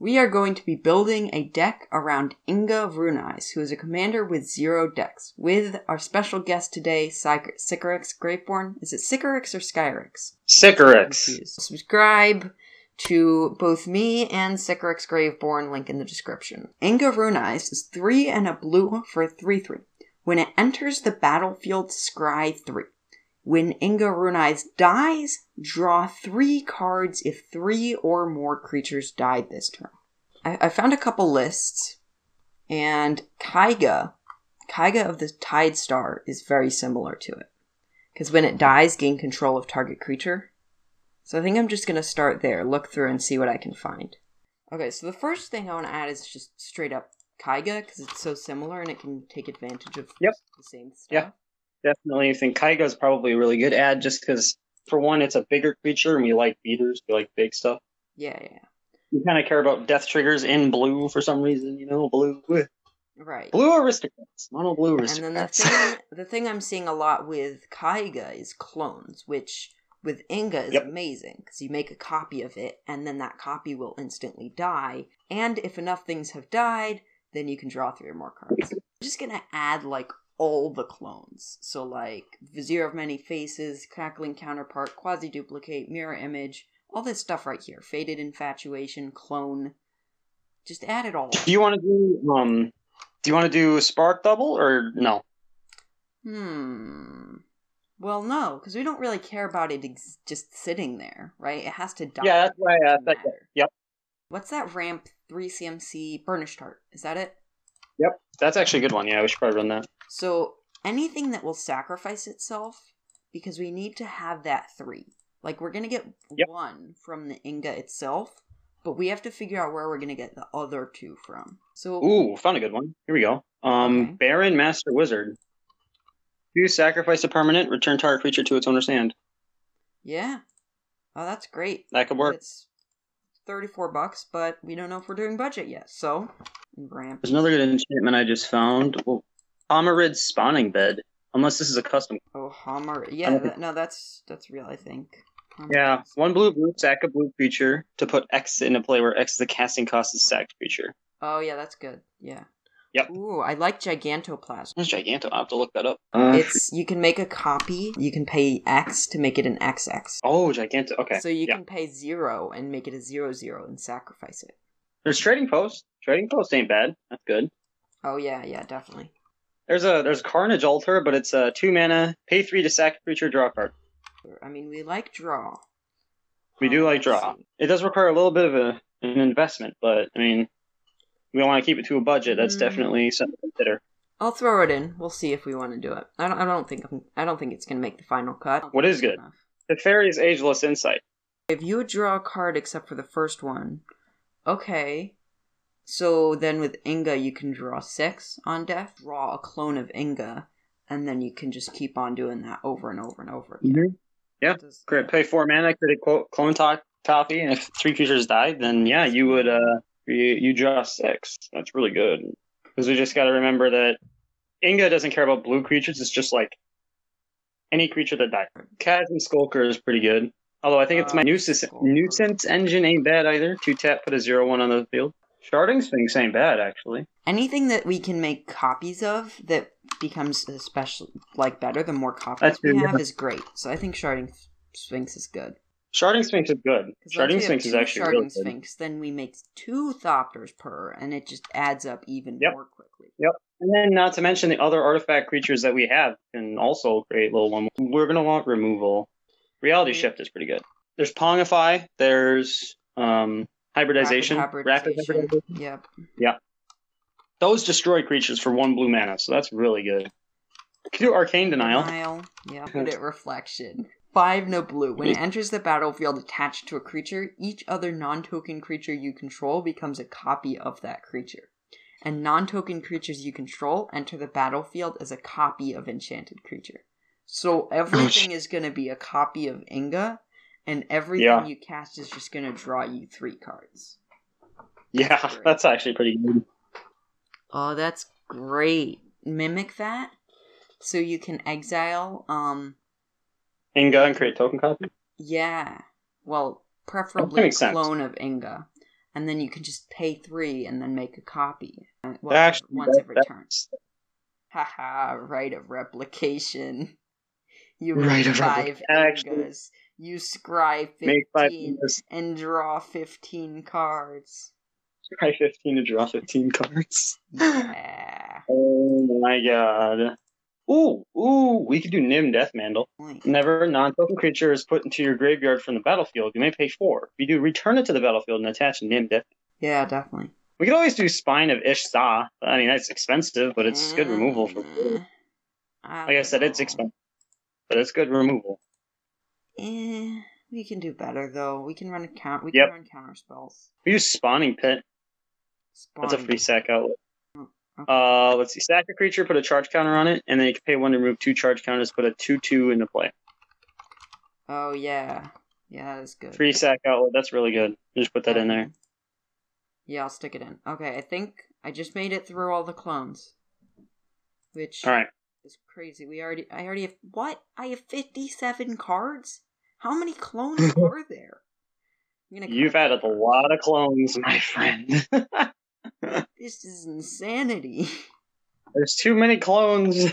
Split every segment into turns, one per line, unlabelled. We are going to be building a deck around Inga Vrunais, who is a commander with zero decks, with our special guest today, Syc- Sycorax Grapeborn. Is it Sycorax or Skyrix?
Sycorax.
Confused. Subscribe to both me and Sycorax Graveborn, link in the description. Inga Runais is three and a blue for a 3 3. When it enters the battlefield, scry 3. When Inga Runais dies, draw three cards if three or more creatures died this turn. I, I found a couple lists, and Kaiga, Kaiga of the Tide Star, is very similar to it. Because when it dies, gain control of target creature. So I think I'm just going to start there, look through and see what I can find. Okay, so the first thing I want to add is just straight up Kaiga because it's so similar and it can take advantage of
Yep.
the same stuff.
Yeah. Definitely. I think Kaiga is probably a really good ad just because, for one, it's a bigger creature and we like beaters. We like big stuff.
Yeah, yeah,
We kind of care about death triggers in blue for some reason, you know? Blue.
yeah. Right.
Blue aristocrats. Mono blue
and then the
aristocrats.
thing, the thing I'm seeing a lot with Kaiga is clones, which with Inga is
Yep.
amazing because you make a copy of it and then that copy will instantly die. And if enough things have died, then you can draw three or more cards. I'm just gonna add like all the clones. So like Vizier of Many Faces, Crackling Counterpart, Quasi Duplicate, Mirror Image, all this stuff right here. Faded Infatuation, Clone. Just add it all.
do you want to do, um, do you want to do spark double or no?
Hmm. Well, no, because we don't really care about it ex- just sitting there, right? It has to die.
Yeah, that's why I asked
Doesn't
that.
matter.
Yep.
What's that ramp 3CMC burnished heart? Is that it?
That's actually a good one. Yeah, we should probably run that.
So anything that will sacrifice itself, because we need to have that three. Like we're gonna get
Yep.
one from the Inga itself, but we have to figure out where we're gonna get the other two from. So
Ooh, found a good one. Here we go. Um,
Okay.
Baron Master Wizard. You sacrifice a permanent, return target creature to its owner's hand.
yeah, oh that's great.
That could work.
It's 34 bucks, but we don't know if we're doing budget yet. So, ramp.
There's another good enchantment I just found. Well, Pomerid's spawning bed. Unless this is a custom.
Oh, Hammer. Yeah,
think-
that, no, that's that's real, I think. Hummer.
Yeah, one blue blue sack a blue creature to put X into play, where X is the casting cost of sacked creature.
Oh, yeah, that's good. Yeah.
Yep.
Ooh, I like Gigantoplasm.
That's gigantic. I will have to look that up. Uh,
It's you can make a copy. You can pay X to make it an XX.
oh, gigantic. Okay.
So you
yeah.
can pay zero and make it a zero zero and sacrifice it.
There's trading post. Trading post ain't bad. That's good.
Oh yeah, yeah, definitely.
There's a there's Carnage Altar, but it's a two mana, pay three to sack a creature, draw a card.
I mean, we like draw.
We do
Um, let's
like draw.
see.
It does require a little bit of a, an investment, but I mean, we want to keep it to a budget. That's
Mm.
definitely something to consider.
I'll throw it in. We'll see if we want to do it. I don't. I don't think. I'm, I don't think it's gonna make the final cut.
What is good? The Fairy's Ageless Insight.
If you would draw a card except for the first one, okay. So then with Inga, you can draw six on death, draw a clone of Inga, and then you can just keep on doing that over and over and over again.
Yeah,
Does-
Great. Pay four mana, create a clo- clone to- copy, and if three creatures die, then yeah, you would uh you, you draw six. That's really good because we just got to remember that Inga doesn't care about blue creatures. It's just like any creature that dies. Chasm Skulker is pretty good. Although I think it's my
Uh,
nuisance,
Skulker.
nuisance engine ain't bad either. Two tap, put a zero one on the field. Sharding Sphinx ain't bad actually.
Anything that we can make copies of that becomes especially like better, the more copies
That's
we
true, yeah.
have is great. So I think sharding sphinx is good.
Sharding Sphinx is good.
'Cause once we
Sharding
have
Sphinx is
two
actually
sharding
really good.
sphinx, then we make two thopters per, and it just adds up even
Yep.
more quickly.
And then, not to mention the other artifact creatures that we have can also create little one. We're gonna want removal. Reality
Mhm.
shift is pretty good. There's Pongify. There's um, hybridization.
Rapid
Rapid
hybridization.
hybridization.
Yep.
Those destroy creatures for one blue mana, so that's really good. You can do arcane denial.
Denial. Yeah, put it reflection. Five no blue. When it enters the battlefield attached to a creature, each other non token creature you control becomes a copy of that creature. And non token creatures you control enter the battlefield as a copy of enchanted creature. So everything is going to be a copy of Inga, and everything
Yeah.
you cast is just going to draw you three cards.
Yeah, that's actually pretty good.
Oh, that's great. Mimic that. So you can exile um,
Inga and create token copy.
Yeah. Well, preferably a
makes sense.
clone of Inga. and then you can just pay three and then make a copy uh, well,
Actually,
once
that-
every turn.
that's-
Haha, right of replication. You
Right
make
of
five
replication. Actually,
ingas. You scry
Make five
fifteen
fingers,
and draw fifteen cards.
try fifteen to draw fifteen cards.
Yeah.
Oh my god. Ooh, ooh, we could do Nim Death Mandel.
Like,
Never a non-token creature is put into your graveyard from the battlefield. You may pay four. If you do, return it to the battlefield and attach Nim Death.
Yeah, definitely.
We could always do Spine of Ishsa. I mean, that's expensive, but it's good removal. For,
Eh,
like I
don't
said, it's
know.
expensive, but it's good removal.
Eh, we can do better though. We can run a count. We
Yep.
can run counter spells.
We use Spawning Pit. That's a
Spawn.
free sack outlet.
Okay.
Uh, let's see. Sack a creature, put a charge counter on it, and then you can pay one to remove two charge counters, put a 2 2 into play.
Oh yeah, yeah, that is good.
Free sack outlet. That's really good. Just put that in there.
Yeah, I'll stick it in. Okay, I think I just made it through all the clones, which
All right.
is crazy. We already, I already have what? I have fifty-seven cards. How many clones are there? I'm gonna
You've
count.
added a lot of clones, my friend.
This is insanity.
There's too many
Too
clones.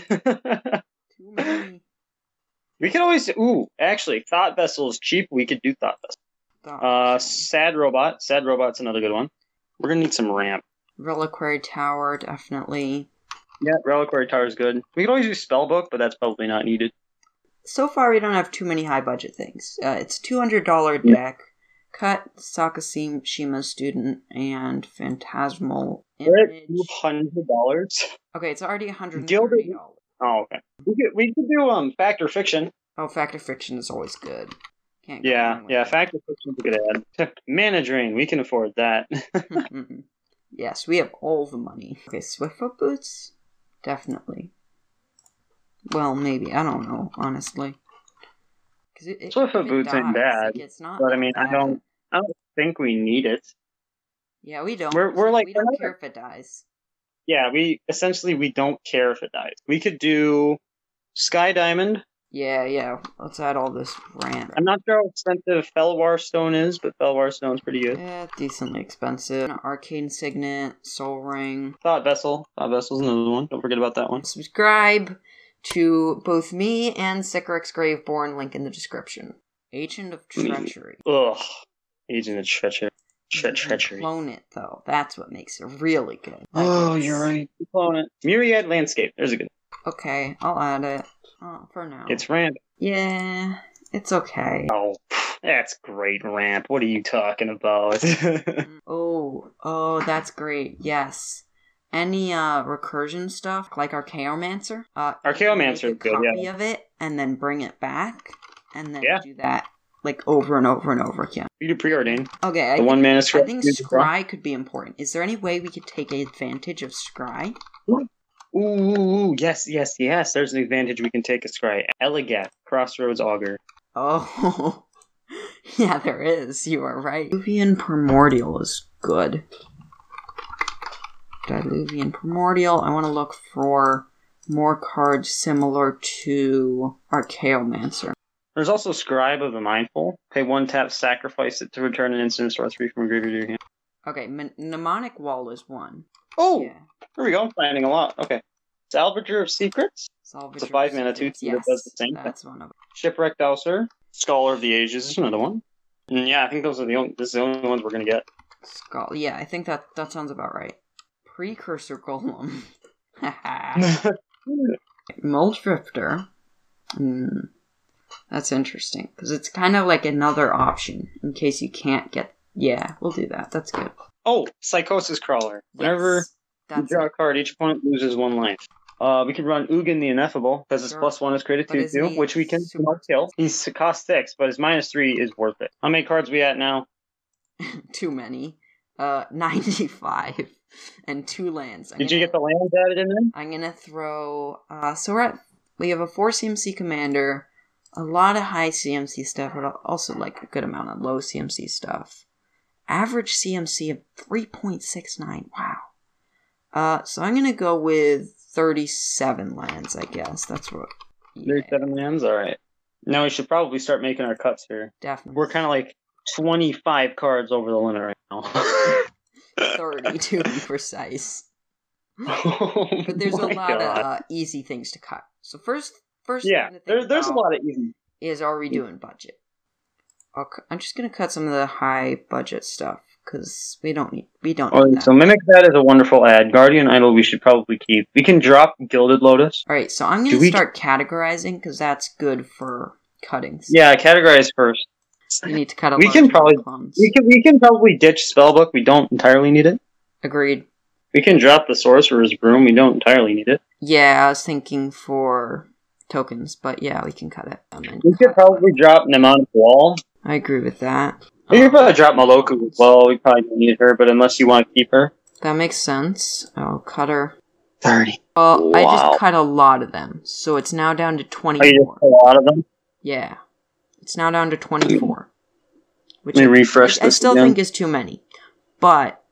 many.
we could always. Ooh, actually, Thought Vessel is cheap. We could do Thought Vessel. Uh,
thoughts.
Sad Robot. Sad Robot's another good one. We're going to need some ramp.
Reliquary Tower, definitely.
Yeah, Reliquary Tower is good. We could always do Spellbook, but that's probably not needed.
so far we don't have too many high budget things. Uh, it's two hundred dollar
Yeah.
deck, cut Sakashima student and phantasmal
We're
image.
at $200.
Okay, it's already one hundred
Gilded-
thirty dollars.
Oh, okay. We could, we could do um Fact or Fiction.
Oh, Factor Fiction is always good. Can't go
Yeah,
wrong with
yeah,
that.
Fact or Fiction we could add. Mana Drain, we can afford that.
yes, we have all the money. Okay, Swiftfoot boots, definitely. Well, maybe I don't know honestly. 'Cause it- it- if
Swiftfoot
it
boots ain't
dies,
bad,
like, it's not
but I
that
mean, I
bad.
don't- I don't think we need it.
Yeah, we don't.
We're-
'cause
we're
we-
like-
we
we're
don't
not-
care if it dies.
Yeah, we essentially we don't care if it dies. We could do Sky Diamond.
Yeah, yeah. Let's add all this rant.
I'm not sure how expensive Felwar Stone is, but Felwar Stone's pretty good.
Yeah, decently expensive. Arcane Signet, Soul Ring.
Thought Vessel. Thought Vessel's another one. Don't forget about that one.
Subscribe to both me and Sycorax Graveborn, link in the description. Agent of
Mm.
Treachery.
Ugh. Agent of Treachery. Tre-
You can
treachery.
Clone it, though. That's what makes it really good. Like,
Oh,
it's-
you're right. Clone it. Myriad Landscape. There's a good
Okay, I'll add it. Oh, for now.
It's ramp.
Yeah, it's okay.
Oh, that's great ramp. What are you talking about?
Oh, oh, that's great. Yes. Any uh recursion stuff like Archaeomancer? Uh,
Archaeomancer
make a
is good,
copy
yeah.
of it and then bring it back and then
Yeah.
do that like over and over and over again.
you do preordain.
Okay, I,
The one mana scry.
I think Scry could be important. Is there any way we could take advantage of Scry?
Ooh, ooh, ooh, yes, yes, yes. There's an advantage we can take a scry. Elegant, Crossroads Augur.
Oh, yeah, there is. You are right. Diluvian Primordial is good. Diluvian Primordial. I want to look for more cards similar to Archaeomancer.
There's also Scribe of the Mindful. Pay one tap, sacrifice it to return an instant sorcery from a graveyard to your hand.
Okay, mn- Mnemonic Wall is one.
Oh,
Yeah.
here we go. I'm finding a lot. Okay. Salvager of Secrets,
Salvage
It's a five mana
Resistance,
two, so it does the same thing.
That's one of
Shipwreck Dowser, Scholar of the Ages is another one. And yeah, I think those are the only, this is the only ones we're gonna get.
Skull. Yeah, I think that that sounds about right. Precursor Golem. Mold Drifter. Hmm. That's interesting because it's kind of like another option in case you can't get. Yeah, we'll do that. That's good.
oh, Psychosis Crawler. Whenever
Yes,
you
that's
draw
it.
a card, each opponent loses one life. Uh, we could run Ugin the Ineffable because his
Sure.
plus one is created
But
two
isn't
two,
he
which we can
super
all kill. He's cost six, but his minus three is worth it. How many cards we at now?
too many. Uh, ninety-five and two lands. I'm
Did you
gonna-
get the lands added in there?
I'm gonna throw. Uh, so we're at, we have a four CMC commander, a lot of high CMC stuff, but also like a good amount of low CMC stuff. Average CMC of three point six nine. Wow. Uh, so I'm gonna go with thirty seven lands. I guess that's what.
There's
Yeah,
seven lands. All right. Now we should probably start making our cuts here.
definitely.
We're kind of like 25 cards over the limit right now.
30 to be precise.
Oh
But there's a
my
lot of
God.
uh, easy things to cut. So first, first
yeah.
thing to think
There, there's a
about
lot of easy.
is are we doing budget? I'll, cu- I'm just gonna cut some of the high budget stuff because we don't need we don't
Oh,
need that.
so mimic that is a wonderful ad. Guardian Idol we should probably keep. We can drop Gilded Lotus.
All right, so I'm
Do
gonna
we-
start categorizing because that's good for cutting.
Yeah, categorize first.
you need to cut a
We
large
can
amount of
probably-
clones.
We can we can probably ditch Spellbook. We don't entirely need it.
Agreed.
We can drop the Sorcerer's Broom. We don't entirely need it.
Yeah, I was thinking for tokens, but yeah, we can cut it. Um, and
We could
cut-
probably drop Mnemonic Wall.
I agree with that.
We could
Um,
probably drop Maloku as well. We probably don't need her, but unless you want to keep her.
that makes sense. I'll cut her.
30.
Well, I
Wow.
just cut a lot of them, so it's now down to
Oh, you just
24.
a lot of them?
Yeah. It's now down to 24. Which
Let me
I,
refresh
which I
this.
still
again.
think is too many. But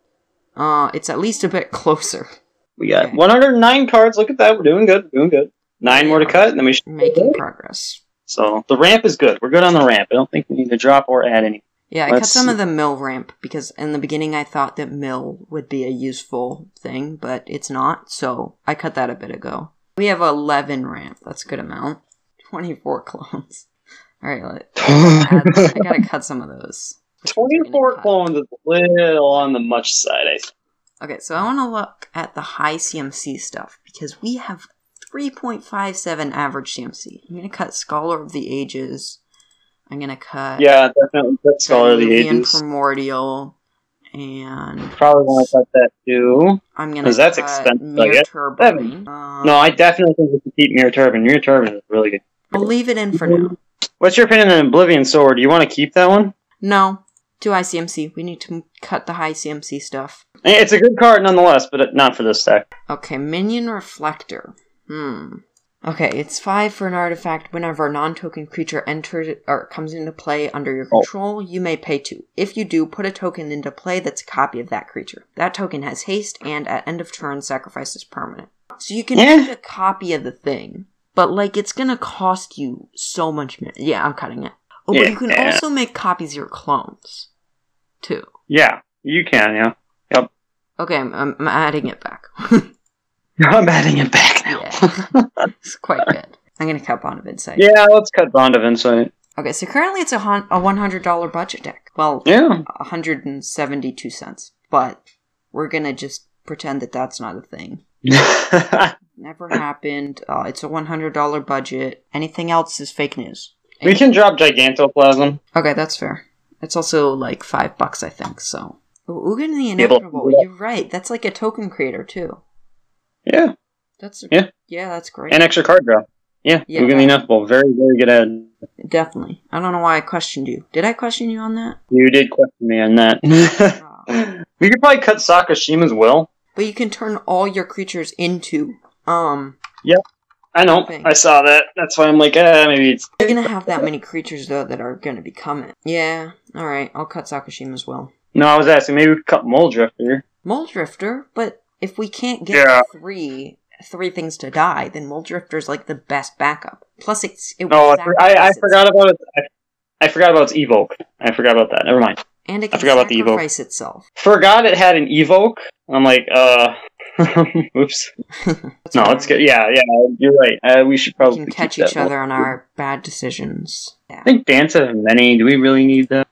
uh, it's at least a bit closer.
we got
okay.
109 cards. Look at that. We're doing good. Doing good. Nine more to
Yeah.
cut, and then we should.
Making progress.
So the ramp is good. We're good on the ramp. I don't think we need to drop or add any.
Yeah, I cut
Let's
some
see.
of the mill ramp because in the beginning I thought that mill would be a useful thing, but it's not, so I cut that a bit ago. We have 11 ramp. That's a good amount. 24 clones. All right, let, I gotta cut some of those.
24 clones is a little on the much side, I think.
Okay, so I want to look at the high CMC stuff because we have 3.57 average CMC. I'm going to cut Scholar of the Ages. I'm going to cut
Yeah, definitely. Cut Scholar of the
Diluvian
Ages.
Primordial, and
Probably want to cut that too.
I'm going to
'Cause that's
cut
expensive, I
Mere
guess.
Turbine. Um,
No, I definitely think we should keep Mirror Turbine. Mirror Turbine is really good.
I'll leave it in for now.
What's your opinion on Oblivion Sword? Do you want to keep that one?
No, to high CMC. We need to m- cut the high CMC stuff.
Eh, It's a good card nonetheless, but not for this stack.
Okay, Minion Reflector. Hmm. Okay, it's five for an artifact. Whenever a non-token creature enters or comes into play under your
Oh.
control, you may pay two. If you do, put a token into play that's a copy of that creature. That token has haste, and at end of turn, sacrifice this permanent. So you can
Yeah.
make a copy of the thing, but like it's gonna cost you so much. Min- yeah, I'm cutting it. Oh, but you can
Yeah.
also make copies of your clones, too.
Yeah, you can, yeah.
Okay, I'm, I'm, I'm adding it back.
I'm adding it back now.
it's quite good. I'm gonna cut Bonavid side.
Yeah, let's cut Bond of Insight.
Okay, so currently it's a, hun- a $100 budget deck. Well,
Yeah.
172 cents, but we're gonna just pretend that that's not a thing. Never happened. Uh, it's a $100 budget. Anything else is fake news.
we can drop Gigantoplasm.
Okay, that's fair. It's also like five bucks, I think, so. Ooh, Ugin the
Yeah, but-
Inevitable, you're right. That's like a token creator, too.
Yeah,
That's
Yeah.
yeah, that's great.
and extra card draw. Yeah,
Yeah.
we're gonna be enough. Very, very good ad.
Definitely. I don't know why I questioned you. Did I question you on that?
You did question me on that.
Oh.
we could probably cut Sakashima's will.
But you can turn all your creatures into um
I know.
Thanks.
I saw that. That's why I'm like, eh, maybe it's.
You're gonna have that many creatures though that are gonna be coming. Yeah, alright, I'll cut Sakashima as well.
No, I was asking. Maybe we could cut Mole Drifter.
Mold Drifter, but if we can't get
Yeah.
three three things to die, then Mold Drifter's like the best backup. Plus it's it
No,
will
I for- I, I
sacrifice
forgot about it. I, I forgot about its evoke. I forgot about that. Never mind.
its- and it
I
can
forgot about the evoke.
sacrifice itself.
Forgot it had an evoke. I'm like, uh, oops.
That's
No,
fine.
it's good. Yeah, yeah. You're right. Uh, we should
We
probably
can
keep
catch
that
each
one.
other on our bad decisions. Yeah.
I think Dance of Many. Do we really need that?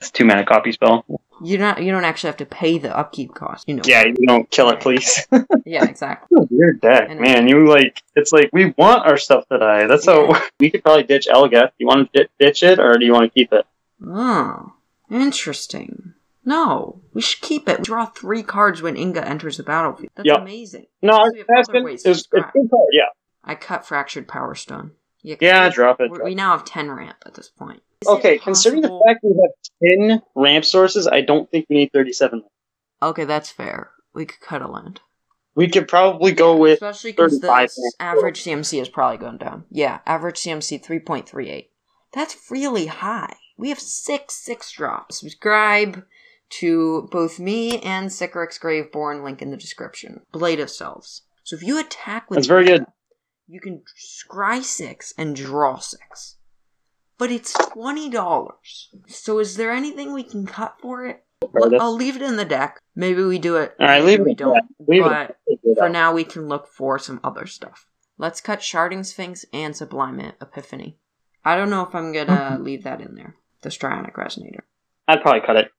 It's two mana copy spell.
You don't you don't actually have to pay the upkeep cost, you know.
Yeah, you don't kill it, please.
Yeah, exactly.
Weird deck,
I know.
man. You like it's like we want our stuff to die. That's how we could probably ditch Elgath. You want to ditch it or do you want to keep it?
Oh, interesting. No, we should keep it. We draw three cards when Inga enters the battlefield. That's
Yep.
amazing.
No,
So
I-
we have
that's
other
good.
ways
It's,
to
it's
scry.
good card, Yeah,
I cut Fractured Power Stone. Yeah, 'cause
yeah.
we-
Drop it.
we
drop it.
we now have 10 ramp at this point. Is it
Okay, considering the
possible-
fact we have ten ramp sources, I don't think we need thirty-seven.
Okay, that's fair. We could cut a land.
We could probably go with
Especially because the
35
s-
ramp.
average CMC is probably going down. Yeah, average CMC 3.38. That's really high. We have six six drops. Subscribe to both me and Sycorax Graveborn, link in the description. Blade of Selves. So if you attack with
That's very good.
you can scry six and draw six. but it's $20. So is there anything we can cut for it?
Or this-
I'll leave it in the deck. Maybe we do it.
All right, leave
maybe we
it.
don't.
Leave it.
but for now, we can look for some other stuff. Let's cut Sharding Sphinx and Sublime Epiphany. I don't know if I'm gonna
Mm-hmm.
leave that in there. The Strionic Resonator.
I'd probably cut it.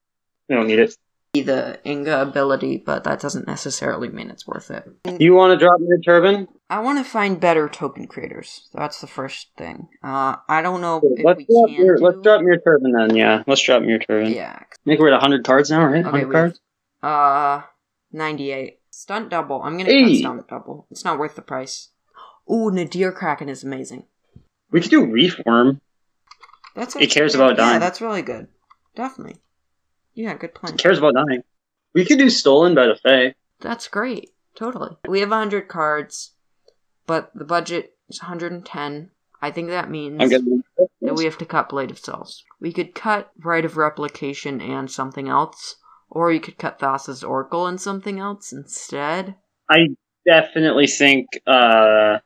We don't need it.
Be The Inga ability, but that doesn't necessarily mean it's worth it.
You want to drop me a turban?
I want to find better token creators. That's the first thing. Uh, I don't know if
Let's
we
drop,
can.
your,
do-
let's drop your turban then. Yeah, let's drop your turban.
Yeah.
I think we're at 100 cards now, right?
Okay.
100
We
cards?
uh, ninety-eight stunt double. I'm gonna cut
Hey.
stunt double. It's not worth the price. Ooh, Nadir Kraken is amazing.
We could do reform.
That's
It cares
actually-
about dying.
Yeah, that's really good. Definitely. Yeah, good plan.
Who cares about dying? We could do stolen by the Fae.
That's great. Totally. We have 100 cards, but the budget is 110. I think that means
I'm getting.
that we have to cut Blade of Cells. We could cut Right of Replication and something else, or you could cut Thassa's Oracle and something else instead.
I definitely think uh,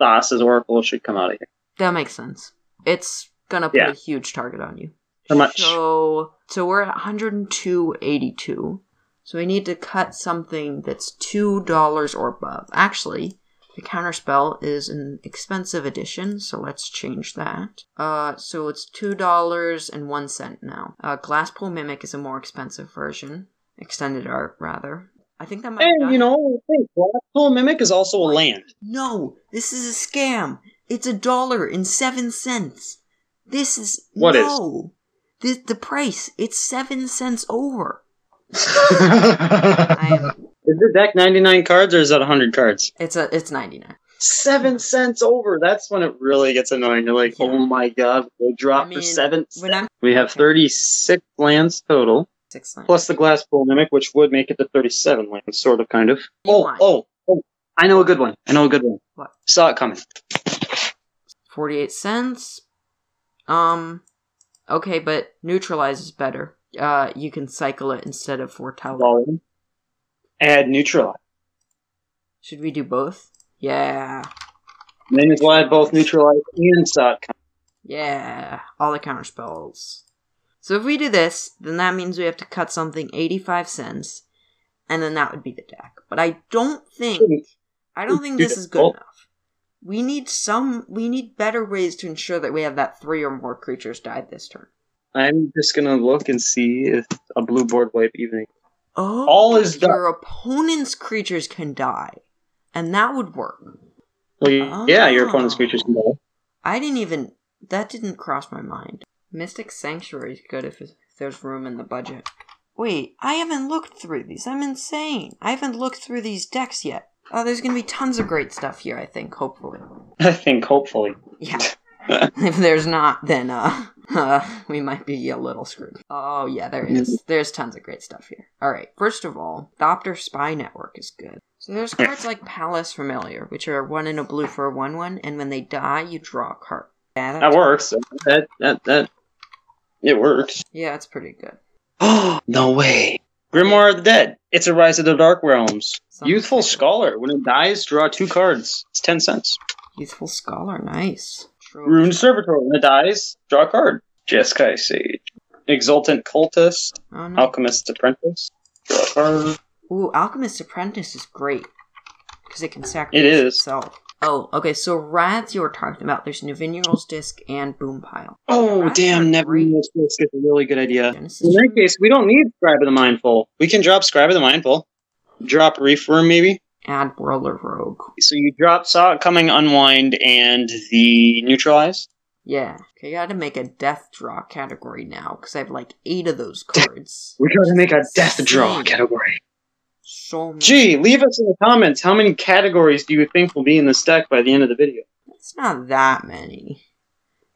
Thassa's Oracle should come out of here.
That makes sense. It's gonna put
Yeah.
a huge target on you.
How much?
So so we're at 102.82. So we need to cut something that's two dollars or above. Actually, the counterspell is an expensive addition, so let's change that. Uh, so it's two dollars and one cent now. Uh, Glasspool Mimic is a more expensive version, extended art rather. I think that might. have
And
done
you
it.
know, hey, Blackpool Mimic is also a land.
No, this is a scam. It's a dollar and seven cents. This is
What is?
no. The, the price, it's seven cents over. I
is
am,
your deck 99 cards or is that 100 cards?
it's a it's ninety nine.
Seven cents over. That's when it really gets annoying. You're like,
Yeah.
oh my god, they drop
I
for
mean,
seven. cents."
When I'm
We have 36 lands total,
six lines.
plus the glass pool mimic, which would make it to 37 lands, sort of, kind of.
You
Oh,
want-
oh, oh, I know a good one. I know a good one.
What?
Saw it coming.
forty eight cents. Um, okay, but neutralize is better. Uh, you can cycle it instead of foretell. it.
Volume. Add neutralize.
Should we do both? Yeah,
Name is why I both neutralize and saw it coming.
yeah. All the counter spells. So if we do this, then that means we have to cut something eighty five cents, and then that would be the deck. But I don't think
Shouldn't-
I don't think
do
this
that.
is good
Oh.
enough. We need some. We need better ways to ensure that we have that three or more creatures died this turn.
I'm just gonna look and see if a blue board wipe even.
Oh,
All is done.
your opponent's creatures can die, and that would work.
Well,
Oh.
Yeah, your opponent's creatures can die.
I didn't even. That didn't cross my mind. Mystic Sanctuary is good if, if there's room in the budget. Wait, I haven't looked through these. I'm insane. I haven't looked through these decks yet. Oh, there's gonna be tons of great stuff here. I think, hopefully.
I think hopefully.
Yeah. if there's not, then uh, uh, we might be a little screwed. Oh yeah, there is. There's tons of great stuff here. All right. First of all, Thopter Spy Network is good. So there's cards like Palace Familiar, which are one in a blue for a one-one, and when they die, you draw a card. Yeah, that's,
That works. That that that it works.
yeah, that's pretty good.
Oh no way. Grimoire of the Dead. It's a Rise of the Dark Realms.
Something
Youthful
like that.
Scholar. When it dies, draw two cards. It's ten cents.
Youthful Scholar, nice. True.
Rune Servitor. When it dies, draw a card. Jeskai Sage. Exultant Cultist.
Oh, no.
Alchemist's Apprentice. Draw a card.
Ooh, Alchemist's Apprentice is great because it can sacrifice
It is.
itself. Oh, okay. So Wrath, you were talking about. There's Nuvineral's Disc and Boom Pile.
Oh
That's
damn!
not
Never
great.
knew this was a really good idea.
Genesis
In that
Journal?
case, we don't need Scribe of the Mindful. We can drop Scribe of the Mindful. Drop Reef Worm, maybe.
add Whirler Rogue.
So you drop Saw It Coming, Unwind, and the Neutralize.
Yeah. Okay, I gotta make a death draw category now, because I have like eight of those cards.
We gotta make a death draw
Insane.
category.
So many.
Gee, leave us in the comments how many categories do you think will be in this deck by the end of the video?
It's not that many.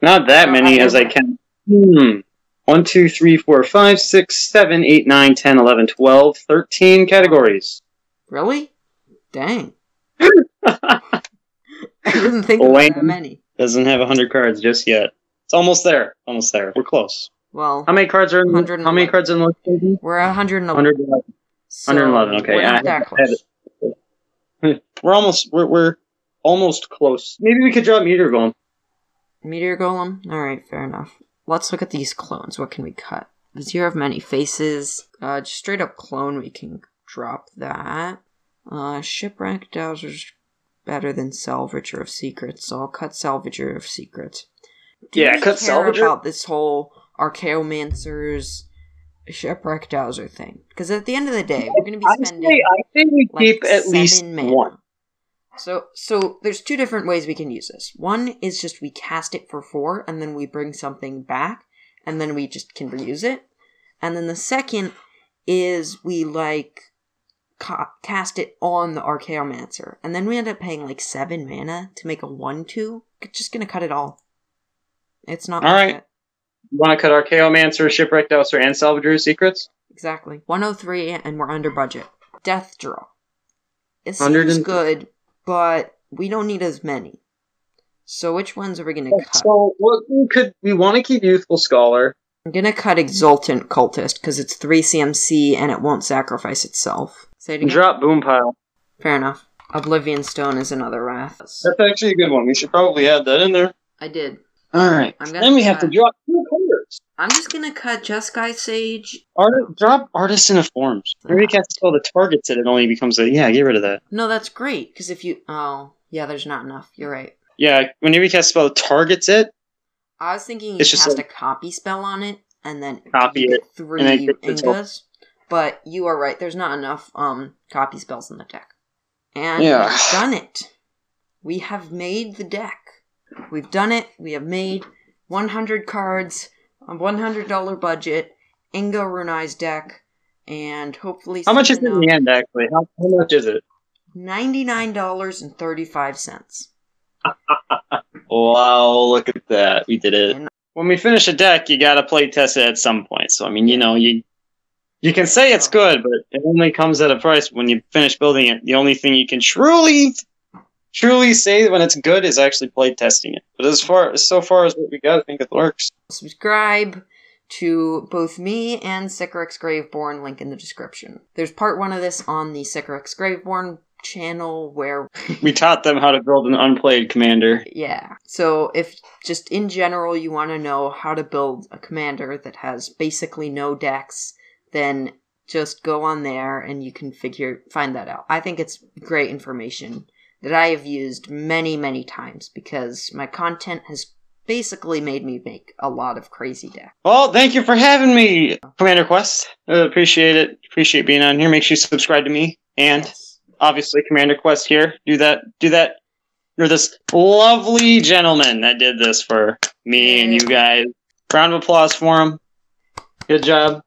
Not that
No,
many
I
as I
never-
can. Hmm. 1, 2, 3, 4, 5, 6, 7, 8, 9, 10, 11, 12, 13 categories.
Really? Dang. I didn't think it was that
Lame.
many.
Doesn't have 100 cards just yet. It's almost there. Almost there. We're close.
Well,
How many cards are in the How many
111.
cards are in the list?
we're at 111.
111.
So
111, okay,
We're
yeah,
not
I- I
that
had
close.
We're almost we're, we're almost close. Maybe we could drop meter golem.
Meteor Golem? Alright, fair enough. Let's look at these clones. What can we cut? Vizier of Many Faces. Uh, just straight up clone, we can drop that. Uh, Shipwreck Dowser's better than Salvager of Secrets, so I'll cut Salvager of Secrets. Do
Yeah,
we
cut
care
Salvager.
about this whole Archaeomancer's Shipwreck Dowser thing. Because at the end of the day, we're going to be spending.
Honestly, I think we
like
keep at
seven
least
mana.
one.
So so there's two different ways we can use this. One is just we cast it for four and then we bring something back and then we just can reuse it. And then the second is we like ca- cast it on the Archaeomancer and then we end up paying like seven mana to make a one two. Just gonna cut it all. It's not
All
worth
right.
it.
You want to cut Archaeomancer, Shipwreck Douser, and Salvager's Secrets?
Exactly. 103, and we're under budget. Death Draw. It seems
103.
good, but we don't need as many. So which ones are we gonna cut?
So what we could we want to keep Youthful Scholar.
I'm gonna cut Exultant Cultist because it's three CMC and it won't sacrifice itself. Say it again.
Drop Boom Pile.
Fair enough. Oblivion Stone is another wrath.
That's actually a good one. We should probably add that in there.
I did.
All right.
I'm gonna
Then we have to
cut-
drop two colors.
I'm just gonna cut Jeskai Sage.
Art- drop Artisan of Forms. Maybe you can spell the targets and it only becomes a yeah. Get rid of that.
No, that's great because if you oh yeah, there's not enough. You're right.
Yeah, whenever you cast a spell that targets it,
I was thinking you
It's just
cast
like-
a copy spell on it and then
Copy
you
it,
get three
then get the total.
Ingas, but you are right. There's not enough um copy spells in the deck, and
Yeah.
we've done it. We have made the deck. We've done it. We have made 100 cards, a 100 dollar budget, Inga Runai's deck, and hopefully
how much is it
soon
in the
enough,
end? Actually, how, how much is it?
Ninety-nine dollars and thirty-five cents.
Wow, look at that. We did it.
And-
When we finish a deck, you gotta play test it at some point. So I mean, you know, you you can say it's good, but it only comes at a price when you finish building it. The only thing you can truly truly say when it's good is actually play testing it. But as far so far as what we got, I think it works.
subscribe to both me and Sycorax Graveborn, link in the description. There's part one of this on the Sycorax Graveborn channel where
We taught them how to build an unplayed commander.
yeah. So if just in general you want to know how to build a commander that has basically no decks, then just go on there and you can figure find that out. I think it's great information that I have used many, many times because my content has basically made me make a lot of crazy decks.
Well, thank you for having me, Commander Quest. Uh, appreciate it. Appreciate being on here. Make sure you subscribe to me and
Yes.
obviously Commander Quest here. Do that. Do that. You're this lovely gentleman that did this for me and you guys. Round of applause for him. Good job.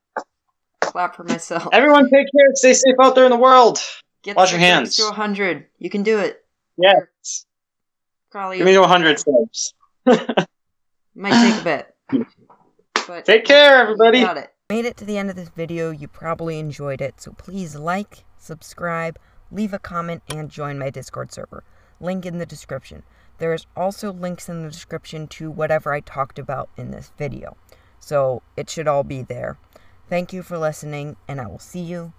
clap for myself.
Everyone, take care. Stay safe out there in the world.
Get
wash your
Six X
hands.
To 100. You can do it.
Yes.
Probably
Give me 100 steps.
might take a bit. But
Take care, everybody.
Got it. Made it to the end of this video. You probably enjoyed it, so please like, subscribe, leave a comment, and join my Discord server. Link in the description. There is also links in the description to whatever I talked about in this video. So it should all be there. Thank you for listening, and I will see you